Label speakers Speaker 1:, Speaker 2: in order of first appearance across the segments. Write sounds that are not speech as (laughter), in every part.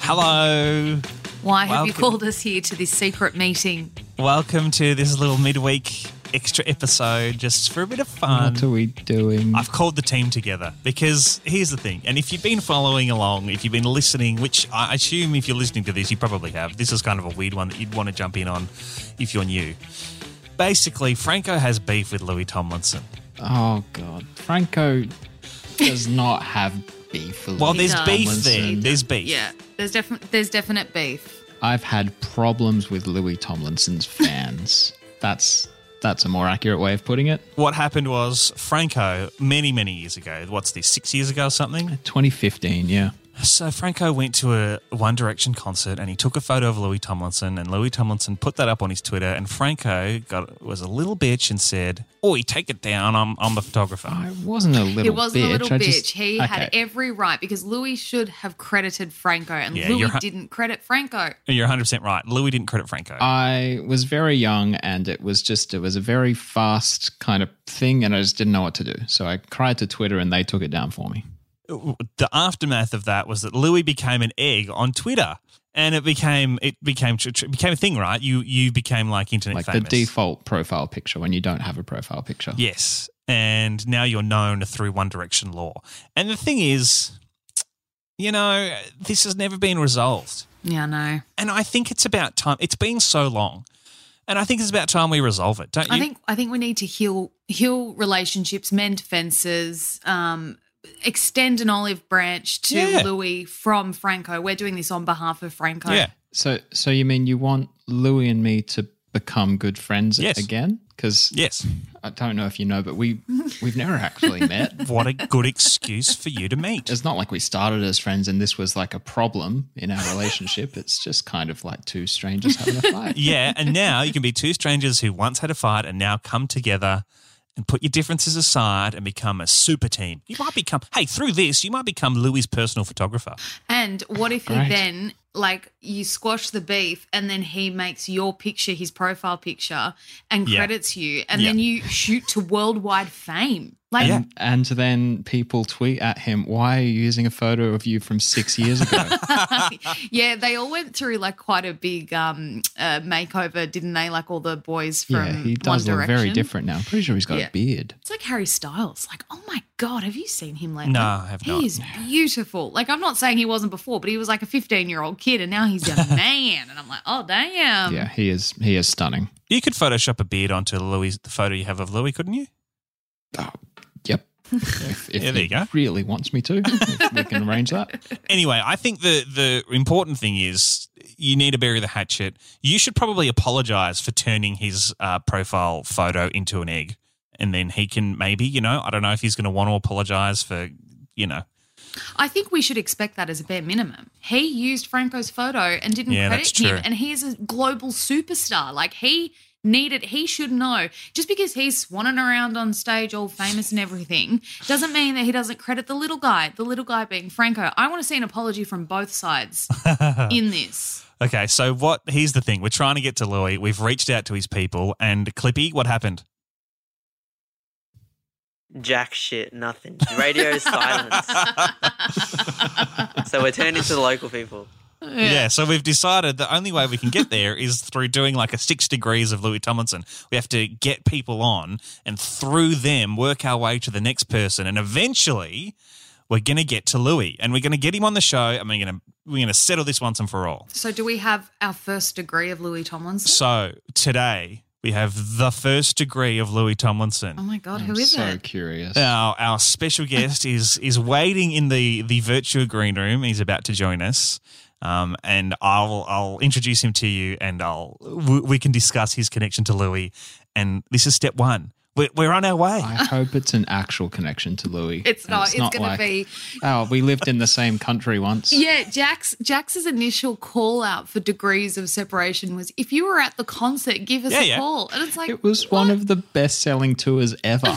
Speaker 1: Hello.
Speaker 2: Why have
Speaker 1: Welcome.
Speaker 2: you called us here to this secret meeting?
Speaker 1: Welcome to this little midweek extra episode just for a bit of fun.
Speaker 2: Um,
Speaker 3: What are we doing?
Speaker 1: I've called the team together because here's the thing, and if you've been following along, if you've been listening, which I assume if you're listening to this, you probably have, this is kind of a weird one that you'd want to jump in on if you're new. Basically, Franco has beef with Louis Tomlinson.
Speaker 3: oh god, Franco does not have beef. with
Speaker 1: Well,
Speaker 3: Lee
Speaker 1: there's
Speaker 2: does.
Speaker 1: beef
Speaker 3: Tomlinson.
Speaker 1: there. There's beef.
Speaker 2: Yeah, there's definite there's definite beef.
Speaker 3: I've had problems with Louis Tomlinson's fans. (laughs) that's that's a more accurate way of putting it.
Speaker 1: What happened was Franco, many, many years ago, what's this, six years ago or something?
Speaker 3: 2015, yeah.
Speaker 1: So Franco went to a One Direction concert and he took a photo of Louis Tomlinson and Louis Tomlinson put that up on his Twitter and Franco got was a little bitch and said, "Oi, take it down. I'm I'm the photographer."
Speaker 3: I wasn't a little.
Speaker 2: He wasn't
Speaker 3: bitch.
Speaker 2: a little
Speaker 3: I
Speaker 2: bitch.
Speaker 3: just-
Speaker 2: he had
Speaker 3: okay.
Speaker 2: every right because Louis should have credited Franco, and
Speaker 1: Yeah,
Speaker 2: Louis
Speaker 1: you're hu-
Speaker 2: didn't credit Franco.
Speaker 1: You're 100% right. Louis didn't credit Franco.
Speaker 3: I was very young, and it was just it was a very fast kind of thing, and I just didn't know what to do. So I cried to Twitter, and they took it down for me.
Speaker 1: the aftermath of that was that Louis became an egg on Twitter. And it became it became tr- tr- became a thing, right? You you became like internet
Speaker 3: Like
Speaker 1: famous.
Speaker 3: the default profile picture when you don't have a profile picture.
Speaker 1: Yes. And now you're known through One Direction law. And the thing is, you know, this has never been resolved.
Speaker 2: Yeah, no.
Speaker 1: And I think it's about time. It's been so long. And I think it's about time we resolve it, don't you?
Speaker 2: I think I think we need to heal heal relationships, mend fences, um, extend an olive branch to
Speaker 1: Yeah.
Speaker 2: Louis from Franco. We're doing this on behalf of Franco.
Speaker 1: yeah.
Speaker 3: So, so you mean you want Louis and me to become good friends
Speaker 1: Yes.
Speaker 3: again? Because
Speaker 1: Yes.
Speaker 3: I don't know if you know, but we we've
Speaker 1: (laughs)
Speaker 3: never actually met.
Speaker 1: What a good excuse for you to meet.
Speaker 3: It's not like we started as friends and this was like a problem in our relationship. It's just kind of like two strangers having
Speaker 1: (laughs)
Speaker 3: a fight.
Speaker 1: yeah. And now you can be two strangers who once had a fight and now come together and put your differences aside and become a super team. You might become, hey, through this, you might become Louis' personal photographer.
Speaker 2: And what if he
Speaker 3: Right.
Speaker 2: then like you squash the beef and then he makes your picture his profile picture and
Speaker 1: Yeah.
Speaker 2: credits you and
Speaker 1: Yeah.
Speaker 2: then you shoot to worldwide fame. Like (laughs)
Speaker 1: Yeah.
Speaker 3: And then people tweet at him, "Why are you using a photo of you from six years
Speaker 1: (laughs)
Speaker 3: ago?"
Speaker 2: yeah, they all went through like quite a big um uh, makeover, didn't they? Like all the boys from
Speaker 3: yeah, he does
Speaker 2: One
Speaker 3: look very
Speaker 2: Direction.
Speaker 3: different now. I'm pretty sure he's got
Speaker 2: Yeah.
Speaker 3: a beard.
Speaker 2: It's like Harry Styles. Like, oh my God, have you seen him lately?
Speaker 1: No, I have not.
Speaker 2: He is beautiful. Like, I'm not saying he wasn't before, but he was like a 15 year old kid and now he's a man. And I'm like, oh, damn.
Speaker 3: yeah, he is. He is stunning.
Speaker 1: You could Photoshop a beard onto Louis, the photo you have of Louis, couldn't you?
Speaker 2: (laughs)
Speaker 3: Yep. If, if
Speaker 1: Oh. Yeah, there
Speaker 3: he
Speaker 1: you go.
Speaker 3: really wants me to, we can arrange that.
Speaker 1: anyway, I think the the important thing is you need to bury the hatchet. You should probably apologize for turning his uh, profile photo into an egg, and then he can maybe you know I don't know if he's going to want to apologize for you know
Speaker 2: I think we should expect that as a bare minimum. He used Franco's photo and didn't
Speaker 1: Yeah,
Speaker 2: credit
Speaker 1: that's
Speaker 2: him,
Speaker 1: true.
Speaker 2: and he's a global superstar. Like he needed, he should know. Just because he's swanning around on stage, all famous and everything, doesn't mean that he doesn't credit the little guy. The little guy being Franco. I want to see an apology from
Speaker 1: (laughs)
Speaker 2: both sides in this.
Speaker 1: Okay, so what? Here's the thing: we're trying to get to Louis. We've reached out to his people, and Clippy, what happened?
Speaker 4: Jack shit, nothing. Radio silence. so we're turning to the local people.
Speaker 1: Yeah. so we've decided the only way we can get there is through doing like a six degrees of Louis Tomlinson. We have to get people on, and through them, work our way to the next person, and eventually, we're gonna get to Louis, and we're gonna get him on the show, and we're gonna we're gonna settle this once and for all.
Speaker 2: So, do we have our first degree of Louis Tomlinson?
Speaker 1: So today we have the first degree of Louis Tomlinson.
Speaker 2: oh my God,
Speaker 3: I'm
Speaker 2: who is
Speaker 3: so
Speaker 2: it?
Speaker 3: curious.
Speaker 1: Now, our special guest is is waiting in the the virtual green room. He's about to join us, um, and I'll I'll introduce him to you, and I'll we, we can discuss his connection to Louis. And this is step one. We're, we're on our way.
Speaker 3: I hope it's an actual connection to Louis.
Speaker 2: It's
Speaker 3: and
Speaker 2: not. It's, going
Speaker 3: like,
Speaker 2: to be
Speaker 3: Oh, we lived in the same country once.
Speaker 2: Yeah, Jack's Jax's initial call out for degrees of separation was if you were at the concert, give us
Speaker 1: Yeah,
Speaker 2: a
Speaker 1: yeah.
Speaker 2: call. And it's like
Speaker 3: It was one
Speaker 2: what?
Speaker 3: of the best selling tours
Speaker 2: (laughs)
Speaker 3: ever.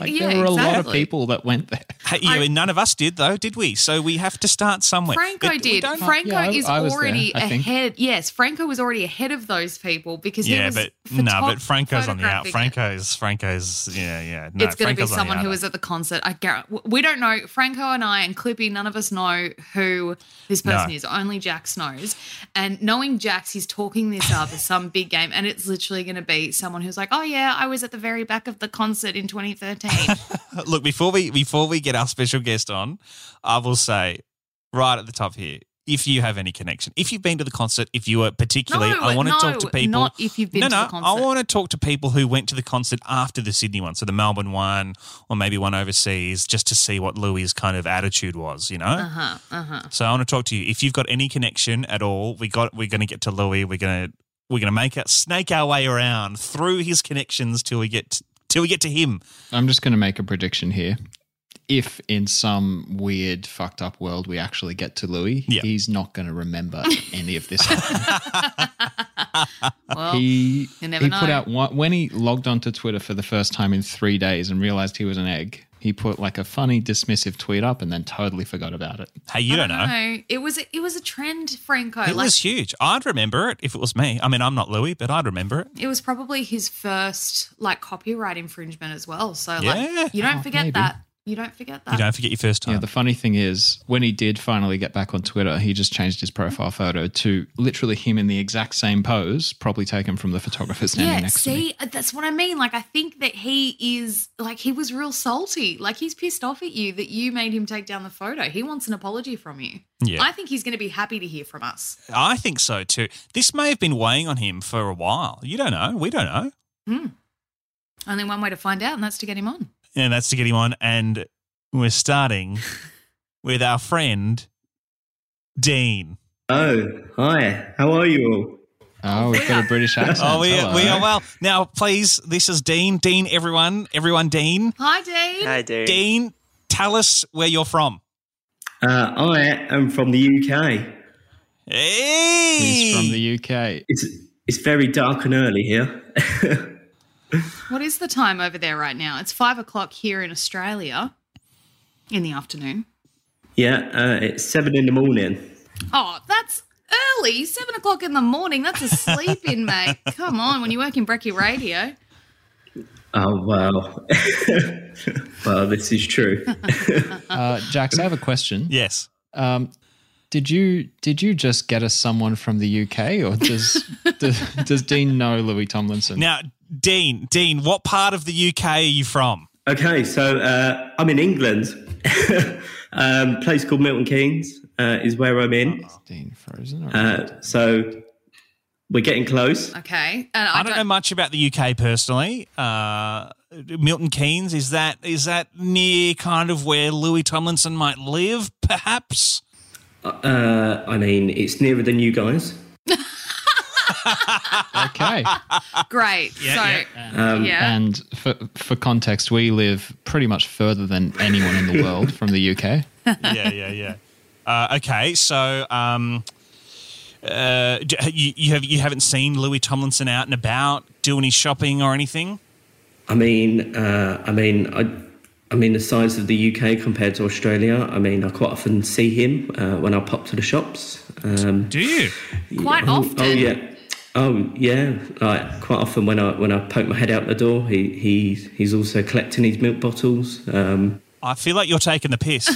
Speaker 3: Like
Speaker 2: Yeah,
Speaker 3: there were a lot of
Speaker 2: exactly.
Speaker 3: people that went there.
Speaker 1: Hey, you and none of us did though, did we? So we have to start somewhere.
Speaker 2: Franco
Speaker 1: But we
Speaker 2: did.
Speaker 1: don't-
Speaker 2: Franco
Speaker 3: Yeah, I-
Speaker 2: is
Speaker 3: I was there,
Speaker 2: already
Speaker 3: I think.
Speaker 2: ahead. Yes, Franco was already ahead of those people because he
Speaker 1: yeah,
Speaker 2: was
Speaker 1: but no, but
Speaker 2: photog-
Speaker 1: Franco's on the out.
Speaker 2: photographing it.
Speaker 1: Franco's Franco's yeah yeah. No,
Speaker 2: it's going to be
Speaker 1: Franco's on the
Speaker 2: someone who
Speaker 1: outer.
Speaker 2: was at the concert. I guarantee we don't know. Franco and I and Clippy, none of us know who this person
Speaker 1: No.
Speaker 2: is. Only Jax knows. And knowing Jax, he's talking this up as some big game, and it's literally going to be someone who's like, "Oh yeah, I was at the very back of the concert
Speaker 1: (laughs)
Speaker 2: in 2013."
Speaker 1: Look, before we before we get our special guest on, I will say right at the top here, if you have any connection, if you've been to the concert, if you were particularly,
Speaker 2: No,
Speaker 1: I want to
Speaker 2: no,
Speaker 1: talk to people.
Speaker 2: not if you've been
Speaker 1: no,
Speaker 2: to
Speaker 1: no,
Speaker 2: the concert.
Speaker 1: I want to talk to people who went to the concert after the Sydney one, so the Melbourne one, or maybe one overseas, just to see what Louis' kind of attitude was. You know.
Speaker 2: uh huh. Uh huh.
Speaker 1: So I want to talk to you. If you've got any connection at all, we got we're going to get to Louis. We're going to we're going to make it snake our way around through his connections till we get till we get to him.
Speaker 3: I'm just going to make a prediction here. If in some weird fucked up world we actually get to Louis,
Speaker 1: Yeah.
Speaker 3: he's not going to remember any of this.
Speaker 2: (laughs)
Speaker 3: (laughs)
Speaker 2: Well,
Speaker 3: he
Speaker 2: Oh, you never
Speaker 3: he
Speaker 2: know.
Speaker 3: put out one, when he logged onto Twitter for the first time in three days and realized he was an egg. He put like a funny dismissive tweet up and then totally forgot about it.
Speaker 1: Hey, you
Speaker 2: I
Speaker 1: don't, know.
Speaker 2: It was a, it was a trend, Franco.
Speaker 1: It was huge. I'd remember it if it was me. I mean, I'm not Louis, but I'd remember it.
Speaker 2: it was probably his first like copyright infringement as well. So
Speaker 1: Yeah.
Speaker 2: like you don't
Speaker 3: Oh,
Speaker 2: forget
Speaker 3: maybe.
Speaker 2: that. You don't forget that.
Speaker 1: You don't forget your first
Speaker 3: Yeah,
Speaker 1: time.
Speaker 3: the funny thing is, when he did finally get back on Twitter, he just changed his profile photo to literally him in the exact same pose, probably taken from the photographer standing
Speaker 2: yeah,
Speaker 3: next to me.
Speaker 2: see, uh, that's what I mean. Like, I think that he is like he was real salty. Like, he's pissed off at you that you made him take down the photo. He wants an apology from you.
Speaker 1: Yeah.
Speaker 2: I think he's going to be happy to hear from us.
Speaker 1: I think so too. This may have been weighing on him for a while. You don't know. We don't know.
Speaker 2: Only one way to find out, and that's to get him on.
Speaker 1: And that's to get him on. And we're starting with our friend Dean.
Speaker 5: Oh, hi. How are you all?
Speaker 3: Oh, we've got a British accent.
Speaker 1: Oh, we,
Speaker 3: Hello.
Speaker 1: we are well. Now, please, this is Dean. Dean, everyone, everyone, Dean.
Speaker 2: Hi, Dean.
Speaker 4: Hi, dude.
Speaker 1: Dean, tell us where you're from.
Speaker 5: Uh, I am from the UK.
Speaker 1: Hey,
Speaker 3: He's from the UK.
Speaker 5: It's it's very dark and early here.
Speaker 2: What is the time over there right now? It's five o'clock here in Australia in the afternoon.
Speaker 5: yeah, uh, it's seven in the morning.
Speaker 2: Oh, that's early. Seven o'clock in the morning. That's a sleep in,
Speaker 5: (laughs)
Speaker 2: mate. Come on, when you work in Brecky Radio.
Speaker 5: Oh wow. (laughs) well, this is true.
Speaker 3: Uh, Jax, I have a question.
Speaker 1: yes.
Speaker 3: Um, did you did you just get us someone from the UK, or does (laughs) does, does Dean know Louis Tomlinson?
Speaker 1: Now, Dean, Dean, what part of the UK are you from?
Speaker 5: Okay, so uh, I'm in England. (laughs) um, place called Milton Keynes uh, is where I'm in.
Speaker 3: Dean Frozen. Or
Speaker 5: Uh, so we're getting close.
Speaker 2: Okay. And I,
Speaker 1: I don't know much about the UK personally. Uh, Milton Keynes is that is that near kind of where Louis Tomlinson might live, perhaps?
Speaker 5: Uh, I mean, it's nearer than you guys.
Speaker 3: okay.
Speaker 2: Great. so,
Speaker 5: Um,
Speaker 2: yeah.
Speaker 3: And for for context, we live pretty much further than anyone in the world from the UK.
Speaker 1: yeah, yeah, yeah. (laughs) Uh, okay, so um, uh, d- you, you have you haven't seen Louis Tomlinson out and about do any shopping or anything?
Speaker 5: I mean, uh, I mean, I, I mean, the size of the UK compared to Australia. I mean, I quite often see him uh, when I pop to the shops. Um,
Speaker 1: Do you?
Speaker 2: Quite
Speaker 5: oh,
Speaker 2: often.
Speaker 5: Oh yeah. Oh yeah. Like quite often when I when I poke my head out the door, he he he's also collecting his milk bottles. Um,
Speaker 1: I feel like you're taking the (laughs) piss.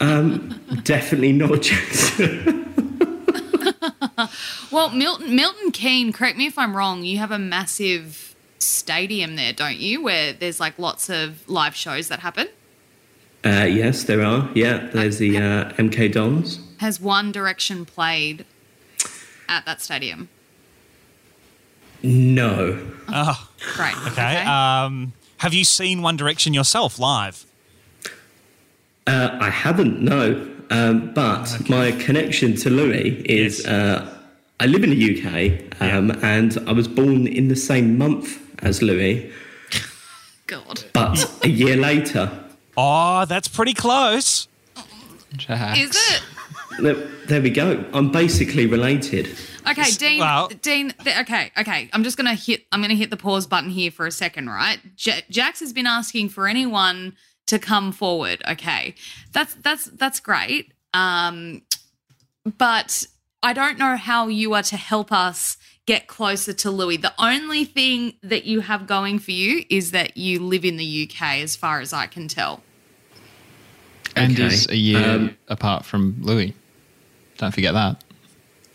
Speaker 5: um, (laughs) definitely not Jackson.
Speaker 2: Well, Milton Milton Keynes, correct me if I'm wrong, you have a massive stadium there, don't you? Where there's like lots of live shows that happen.
Speaker 5: (laughs) uh, yes, there are. Yeah, there's the uh, MK Dons.
Speaker 2: Has One Direction played at that stadium?
Speaker 5: No,
Speaker 1: oh,
Speaker 2: Great. Okay.
Speaker 1: okay. Um, have you seen One Direction yourself live?
Speaker 5: Uh, I haven't, no. Um, but my connection to Louis is
Speaker 1: Yes.
Speaker 5: uh, I live in the UK um, and I was born in the same month as Louis,
Speaker 2: God.
Speaker 5: but a year later.
Speaker 1: Oh, that's pretty close.
Speaker 3: Jack.
Speaker 2: Is it?
Speaker 5: There, there we go. I'm basically related.
Speaker 2: Okay, Dean.
Speaker 1: well-
Speaker 2: Dean. th- okay, okay. I'm just gonna hit. I'm gonna hit the pause button here for a second, right? J- Jax has been asking for anyone to come forward. Okay, that's that's that's great. Um, but I don't know how you are to help us get closer to Louis. The only thing that you have going for you is that you live in the UK, as far as I can tell.
Speaker 3: and
Speaker 5: Okay.
Speaker 3: is a year
Speaker 5: Um,
Speaker 3: apart from Louis. Don't forget that.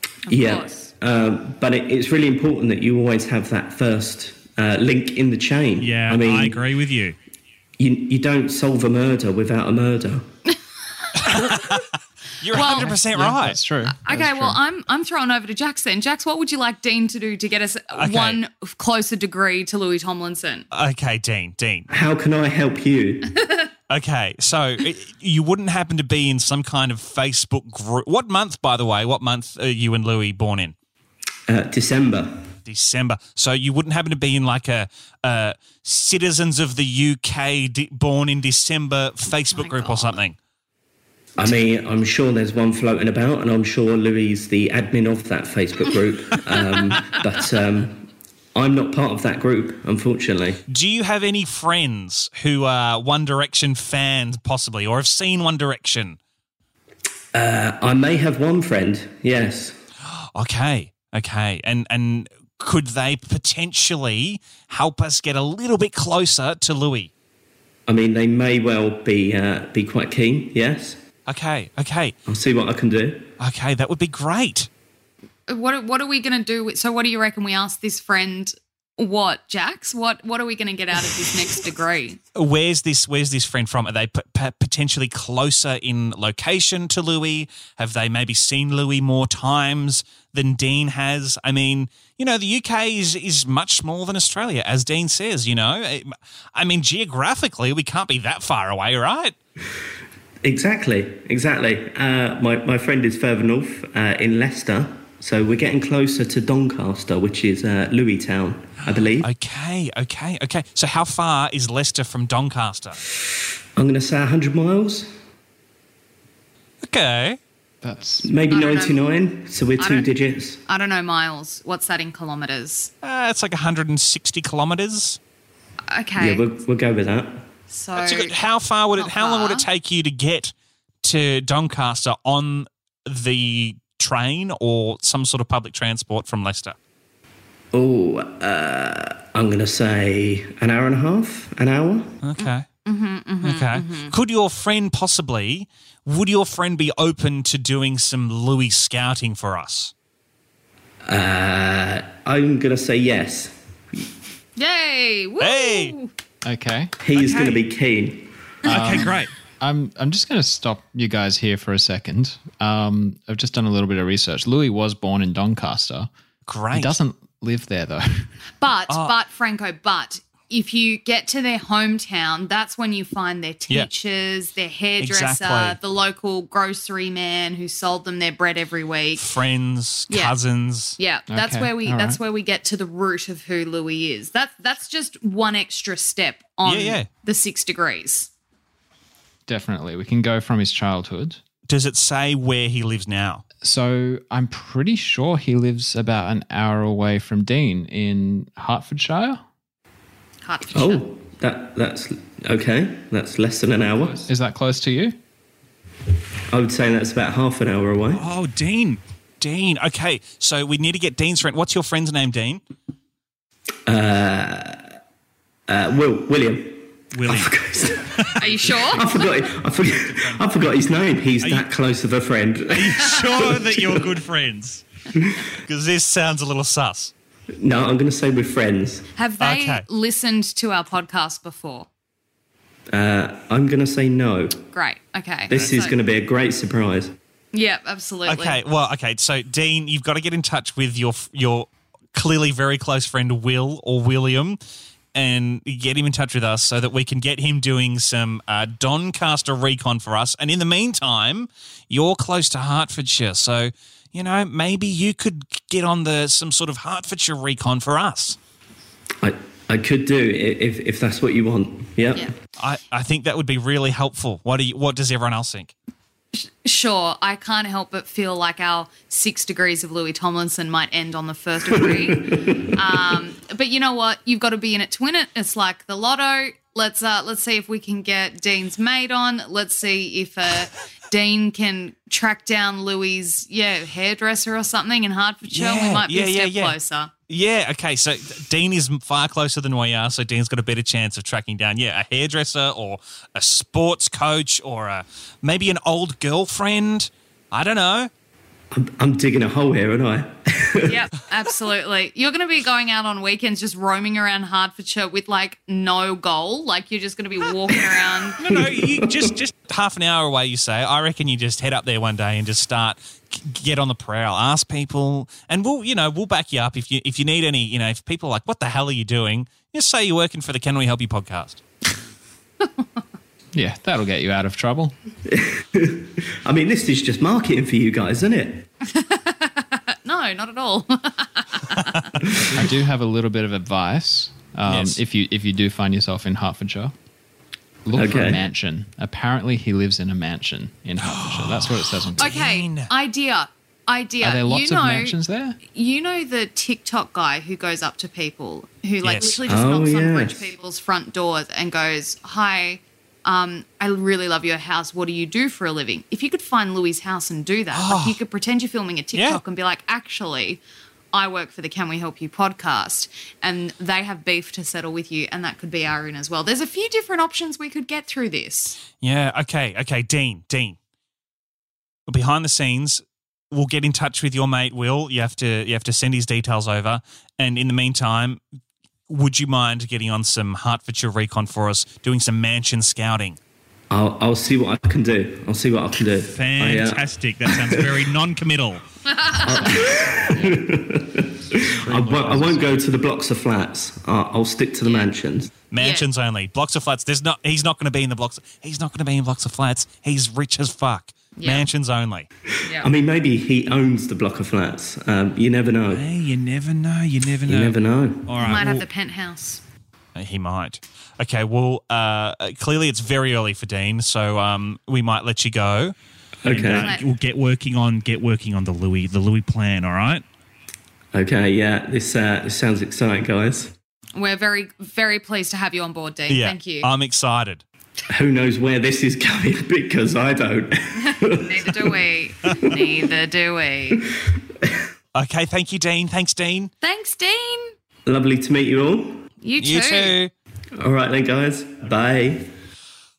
Speaker 2: Of course.
Speaker 5: Yes. Um, but it, it's really important that you always have that first uh, link in the chain.
Speaker 1: Yeah, I, agree with you.
Speaker 5: You, you don't solve a murder without a murder.
Speaker 1: You're
Speaker 2: Well-
Speaker 1: 100%
Speaker 3: Yeah,
Speaker 1: right.
Speaker 3: That's true. That is
Speaker 2: Uh, Okay, well,
Speaker 3: true.
Speaker 2: I'm I'm throwing over to Jax then. Jax, what would you like Dean to do to get us one closer degree to Louis Tomlinson?
Speaker 1: Okay, Dean, Dean.
Speaker 5: How can I help you?
Speaker 1: Okay, so it, you wouldn't happen to be in some kind of Facebook group. What month, by the way? What month are you and Louis born in?
Speaker 5: Uh, December.
Speaker 1: December. So you wouldn't happen to be in like a, uh citizens of the UK de- born in December Facebook group or something.
Speaker 5: I mean, I'm sure there's one floating about, and I'm sure Louis is the admin of that Facebook group.
Speaker 2: (laughs)
Speaker 5: um, but um, I'm not part of that group, unfortunately.
Speaker 1: Do you have any friends who are One Direction fans, possibly, or have seen One Direction?
Speaker 5: Uh, I may have one friend, yes.
Speaker 1: Okay, okay, and and could they potentially help us get a little bit closer to Louis?
Speaker 5: I mean, they may well be uh, be quite keen, yes.
Speaker 1: Okay, okay,
Speaker 5: I'll see what I can do.
Speaker 1: okay. That would be great.
Speaker 2: What what are we gonna do? With, so, what do you reckon we ask this friend? What, Jax? What what are we gonna get out of this next degree?
Speaker 1: Where's this? Where's this friend from? Are they p- p- potentially closer in location to Louis? Have they maybe seen Louis more times than Dean has? I mean, you know, the UK is is much smaller than Australia, as Dean says. You know, It- I mean, geographically, we can't be that far away, right?
Speaker 5: Exactly, exactly. Uh, my, my friend is further north uh, in Leicester, so we're getting closer to Doncaster, which is uh, Louis Town, I believe.
Speaker 1: Okay, okay, okay. So, how far is Leicester from Doncaster?
Speaker 5: I'm going to say 100 miles,
Speaker 1: Okay.
Speaker 3: That's
Speaker 5: maybe
Speaker 2: I don't know.
Speaker 5: 99, so we're two
Speaker 2: don't-
Speaker 5: digits.
Speaker 2: I don't know, Miles. What's that in kilometers?
Speaker 1: Uh, it's like 160 kilometers.
Speaker 2: Okay,
Speaker 5: Yeah, we'll, we'll go with that.
Speaker 2: so
Speaker 1: That's a good- how far would it?
Speaker 2: not
Speaker 1: How long would it
Speaker 2: far.
Speaker 1: take you to get to Doncaster on the train or some sort of public transport from Leicester?
Speaker 5: Oh, uh, I'm going to say an hour and a half, an hour.
Speaker 1: Okay.
Speaker 2: Mm-hmm,
Speaker 1: okay. Could your friend possibly? Would your friend be open to doing some Louis scouting for us?
Speaker 5: Uh, I'm going to say yes.
Speaker 2: yay! Woo!
Speaker 1: Hey!
Speaker 3: okay.
Speaker 5: He's going to be keen.
Speaker 1: okay, great.
Speaker 3: I'm I'm just going to stop you guys here for a second. Um, I've just done a little bit of research. Louis was born in Doncaster.
Speaker 1: Great.
Speaker 3: He doesn't live there though. (laughs)
Speaker 2: But
Speaker 1: Ah.
Speaker 2: but Franco, but if you get to their hometown, that's when you find their
Speaker 1: Yeah.
Speaker 2: teachers, their hairdresser,
Speaker 1: Exactly.
Speaker 2: the local grocery man who sold them their bread every week.
Speaker 1: friends,
Speaker 2: Yeah.
Speaker 1: cousins.
Speaker 2: Yeah, that's
Speaker 3: Okay,
Speaker 2: where we
Speaker 3: all
Speaker 2: that's
Speaker 3: right.
Speaker 2: where we get to the root of who Louis is. That's that's just one extra step on
Speaker 1: Yeah, yeah.
Speaker 2: the six degrees.
Speaker 3: Definitely. We can go from his childhood.
Speaker 1: Does it say where he lives now?
Speaker 3: So I'm pretty sure he lives about an hour away from Dean in Hertfordshire.
Speaker 2: Hertfordshire.
Speaker 5: Oh, that that's okay. That's less than an hour.
Speaker 3: Is that close to you?
Speaker 5: I would say that's about half an hour away.
Speaker 1: Oh, Dean. Dean. Okay. So we need to get Dean's friend. What's your friend's name, Dean?
Speaker 5: Uh, Will William.
Speaker 1: William.
Speaker 2: Are you
Speaker 1: (laughs)
Speaker 2: sure?
Speaker 5: I forgot. I forgot. I forgot his name. He's that close of a
Speaker 1: (laughs)
Speaker 5: friend.
Speaker 1: sure that you're good friends. Because this sounds a little sus.
Speaker 5: no, I'm going to say we're friends.
Speaker 2: Have they
Speaker 1: Okay.
Speaker 2: listened to our podcast before?
Speaker 5: Uh, I'm going to say no.
Speaker 2: Great. Okay.
Speaker 5: This is going to be a great surprise.
Speaker 2: Yeah, absolutely.
Speaker 1: Okay, well, okay. So, Dean, you've got to get in touch with your your clearly very close friend Will or William, and get him in touch with us so that we can get him doing some uh, Doncaster recon for us. And in the meantime, you're close to Hertfordshire, so you know maybe you could get on the some sort of Hertfordshire recon for us.
Speaker 5: I I could do i- if if that's what you want. Yep.
Speaker 2: Yeah.
Speaker 1: I, I think that would be really helpful. What do you, what does everyone else think?
Speaker 2: Sure, I can't help but feel like our six degrees of Louis Tomlinson might end on the first degree. um,
Speaker 1: (laughs)
Speaker 2: but you know what? You've got to be in it to win it. It's like the lotto. Let's uh, let's see if we can get Dean's maid on. Let's see if uh, Dean can track down Louis's yeah hairdresser or something in Hertfordshire.
Speaker 1: Yeah,
Speaker 2: we might be
Speaker 1: yeah,
Speaker 2: a
Speaker 1: yeah,
Speaker 2: step
Speaker 1: yeah.
Speaker 2: closer.
Speaker 1: Yeah, okay. So Dean is far closer than we are, so Dean's got a better chance of tracking down, yeah, a hairdresser or a sports coach or a maybe an old girlfriend. I don't know.
Speaker 5: I'm, I'm digging a hole here, aren't I? (laughs)
Speaker 1: (laughs)
Speaker 2: Yep, absolutely. You're going to be going out on weekends just roaming around Hertfordshire with like no goal. Like you're just going to be walking around.
Speaker 1: (laughs) No, no, you just just half an hour away. You say, I reckon you just head up there one day and just start g- get on the prowl, ask people, and we'll you know we'll back you up if you if you need any. You know, if people are like, what the hell are you doing? Just say you're working for the Can We Help You podcast.
Speaker 3: Yeah, that'll get you out of trouble.
Speaker 5: I mean, this is just marketing for you guys, isn't it?
Speaker 2: No, not at all.
Speaker 3: I do have a little bit of advice. Um,
Speaker 1: Yes.
Speaker 3: If you if you do find yourself in Hertfordshire, look for
Speaker 5: Okay.
Speaker 3: a mansion. Apparently, he lives in a mansion in Hertfordshire. That's what it
Speaker 2: (gasps)
Speaker 3: says on. Google.
Speaker 2: Okay,
Speaker 1: Dean.
Speaker 2: idea, idea.
Speaker 3: Are there lots
Speaker 2: Oh, you know,
Speaker 3: of mansions there?
Speaker 2: You know the TikTok guy who goes up to people who like
Speaker 1: Yes.
Speaker 2: literally just
Speaker 5: Oh,
Speaker 2: knocks on
Speaker 5: yes.
Speaker 2: rich people's front doors and goes, "Hi, um, I really love your house. What do you do for a living?" If you could find Louis' house and do that, like
Speaker 3: Oh.
Speaker 2: you could pretend you're filming a TikTok and be like, "Actually." I work for the Can We Help You podcast, and they have beef to settle with you, and that could be our in as well. There's a few different options we could get through this.
Speaker 1: Yeah, okay, okay, Dean, Dean. Behind the scenes, we'll get in touch with your mate Will. You have to you have to send his details over. And in the meantime, would you mind getting on some Hertfordshire recon for us, doing some mansion scouting?
Speaker 5: I'll I'll see what I can do. I'll see what I can do. I, uh,
Speaker 1: Fantastic. that sounds very non-committal.
Speaker 5: I, won't, I won't go to the blocks of flats. I'll, I'll stick to the mansions.
Speaker 1: Mansions only. Blocks of flats. There's not he's not gonna be in the blocks he's not gonna be in blocks of flats. He's rich as fuck.
Speaker 2: Yeah.
Speaker 1: Mansions only.
Speaker 5: I mean, maybe he owns the block of flats. Um, you never know.
Speaker 1: Hey, you never know. You never know.
Speaker 5: You never know.
Speaker 3: Oh,
Speaker 1: All right. well-
Speaker 2: Might have the penthouse.
Speaker 1: Uh, He might. Okay. Well, uh, clearly it's very early for Dean, so um, we might let you go.
Speaker 5: Okay.
Speaker 1: we'll get working on get working on the Louis the Louis plan. All right.
Speaker 5: Okay. Yeah. This uh, this sounds exciting, guys.
Speaker 2: We're very, very pleased to have you on board, Dean.
Speaker 1: Yeah. Um,
Speaker 2: Thank you.
Speaker 1: I'm excited.
Speaker 5: Who knows where this is (laughs) going? Because I don't. (laughs)
Speaker 2: Neither
Speaker 1: (laughs)
Speaker 2: do we. Neither do we.
Speaker 1: Okay. Thank you, Dean. Thanks, Dean.
Speaker 2: Thanks, Dean.
Speaker 5: Lovely to meet you all.
Speaker 2: You too.
Speaker 1: You too.
Speaker 5: All right then, guys. Bye.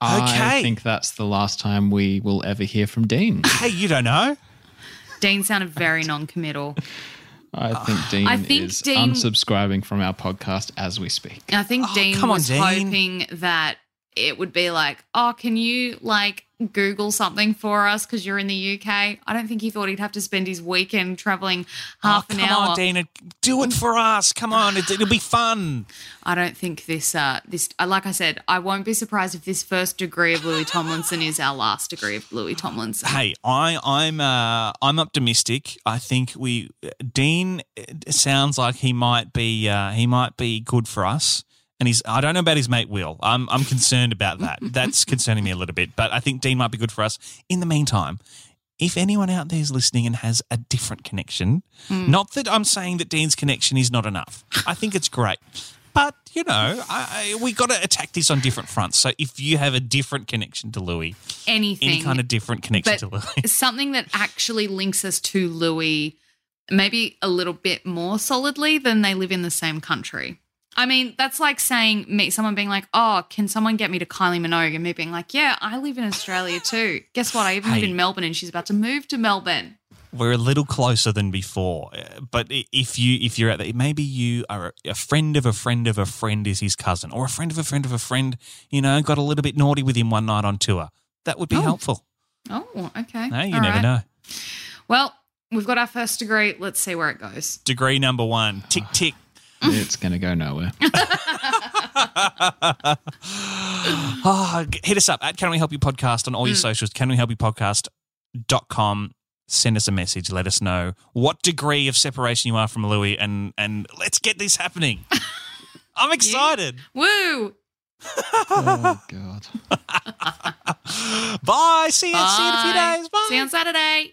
Speaker 3: I
Speaker 1: Okay.
Speaker 3: think that's the last time we will ever hear from Dean.
Speaker 1: Hey, you don't know.
Speaker 2: Dean sounded very non-committal. (sighs)
Speaker 3: I think Dean
Speaker 2: I think
Speaker 3: is
Speaker 2: Dean-
Speaker 3: unsubscribing from our podcast as
Speaker 2: (laughs)
Speaker 3: we speak.
Speaker 2: I think
Speaker 1: Oh,
Speaker 2: Dean
Speaker 1: come on,
Speaker 2: was
Speaker 1: Dean.
Speaker 2: hoping that it would be like, oh, can you like Google something for us because you're in the UK? I don't think he thought he'd have to spend his weekend traveling half
Speaker 1: oh,
Speaker 2: an
Speaker 1: come
Speaker 2: hour.
Speaker 1: on, Dean. Do it for us. Come on. It, it'll be fun.
Speaker 2: I don't think this. Uh, this, uh, like I said, I won't be surprised if this first degree of Louis Tomlinson is our last degree of Louis Tomlinson.
Speaker 1: Hey, I, I'm uh, I'm optimistic. I think we Dean uh, sounds like he might be uh, he might be good for us, And he's, I don't know about his mate Will. I'm, I'm concerned about that. That's concerning me a little bit. But I think Dean might be good for us. In the meantime, if anyone out there is listening and has a different connection, not that I'm saying that Dean's connection is not enough, I think it's great. But, you know, I, I, we got to attack this on different fronts. So if you have a different connection to Louis, (sighs)
Speaker 2: Anything.
Speaker 1: any kind of different connection
Speaker 2: but
Speaker 1: to Louis.
Speaker 2: something that actually links us to Louis, maybe a little bit more solidly than they live in the same country. I mean, that's like saying me, someone being like, "Oh, can someone get me to Kylie Minogue?" and me being like, "Yeah, I live in Australia too. Guess what? I even live
Speaker 1: Hey.
Speaker 2: in Melbourne, and she's about to move to Melbourne."
Speaker 1: (laughs) we're a little closer than before. Uh, But i- if you if you're out there, maybe you are a a friend of a friend of a friend is his cousin, or a friend of a friend of a friend. You know, got a little bit naughty with him one night on tour. That would be
Speaker 2: Oh.
Speaker 1: helpful.
Speaker 2: Oh, okay.
Speaker 1: No, you
Speaker 2: All
Speaker 1: never
Speaker 2: right.
Speaker 1: know.
Speaker 2: Well, we've got our first degree. Let's see where it goes.
Speaker 1: Degree number one, tick tick.
Speaker 3: it's going to
Speaker 2: (laughs)
Speaker 3: go nowhere.
Speaker 1: (laughs) Ah, g- hit us up at Can We Help You Podcast on all your socials. Can We Help You Podcast dot com. Send us a message. Let us know what degree of separation you are from Louis, and and let's get this happening. I'm excited.
Speaker 2: Woo!
Speaker 3: oh, God.
Speaker 1: Bye. See you. See you in a few
Speaker 2: Bye.
Speaker 1: days. Bye.
Speaker 2: See you on Saturday.